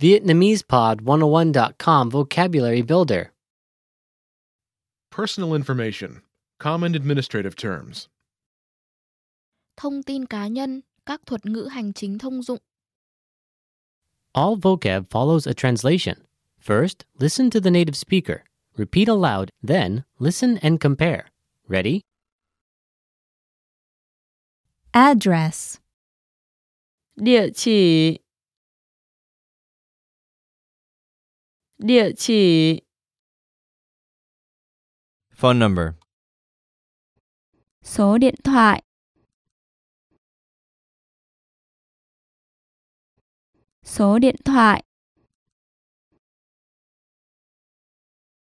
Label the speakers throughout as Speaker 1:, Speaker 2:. Speaker 1: VietnamesePod101.com Vocabulary Builder.
Speaker 2: Personal information. Common administrative terms.
Speaker 3: thông tin cá nhân, các thuật ngữ hành chính thông dụng.
Speaker 1: All vocab follows a translation. First, listen to the native speaker. Repeat aloud, then, listen and compare. Ready?
Speaker 4: address,
Speaker 5: địa chỉ địa chỉ
Speaker 6: Phone number.
Speaker 4: số điện thoại, số điện thoại,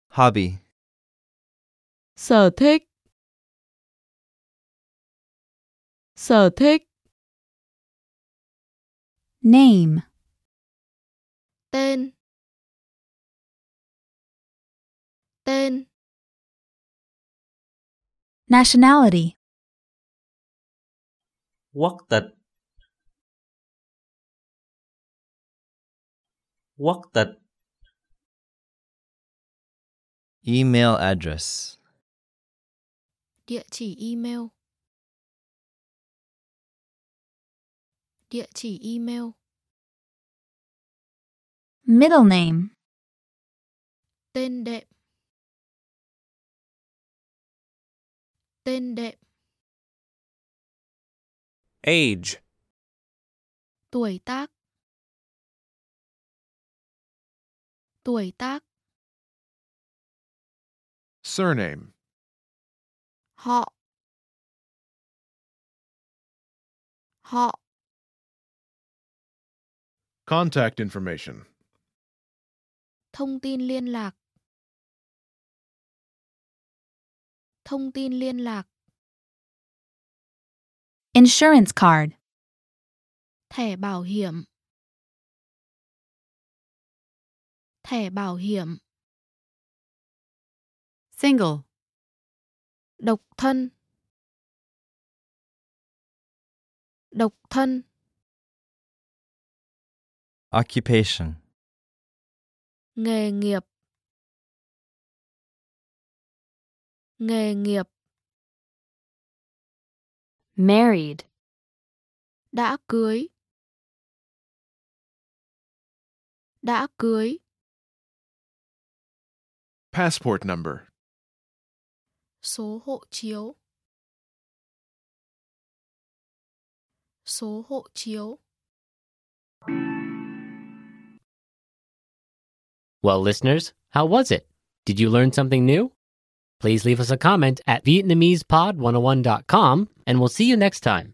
Speaker 6: Hobby.
Speaker 5: sở thích sở thích
Speaker 4: name,
Speaker 3: Tên. Tên.
Speaker 4: nationality,
Speaker 7: quốc tịch quốc tịch
Speaker 6: Email address.
Speaker 3: Địa chỉ email. Địa chỉ email.
Speaker 4: middle name,
Speaker 3: Tên đệm. Tên đệm.
Speaker 8: Age.
Speaker 3: Tuổi tác. Tuổi tác.
Speaker 2: Surname.
Speaker 3: Họ. Họ.
Speaker 2: Contact information.
Speaker 3: Thông tin liên lạc. Thông tin liên lạc.
Speaker 4: insurance card,
Speaker 3: Thẻ bảo hiểm. Thẻ bảo hiểm.
Speaker 5: single
Speaker 3: Độc thân. Độc thân.
Speaker 6: Occupation.
Speaker 3: Nghề nghiệp. Nghề nghiệp.
Speaker 5: married
Speaker 3: Đã cưới. Đã cưới.
Speaker 2: Passport number.
Speaker 3: Số hộ chiếu. Số hộ chiếu.
Speaker 1: Well, listeners, how was it? Did you learn something new? oh Please leave us a comment at VietnamesePod101.com, and we'll see you next time.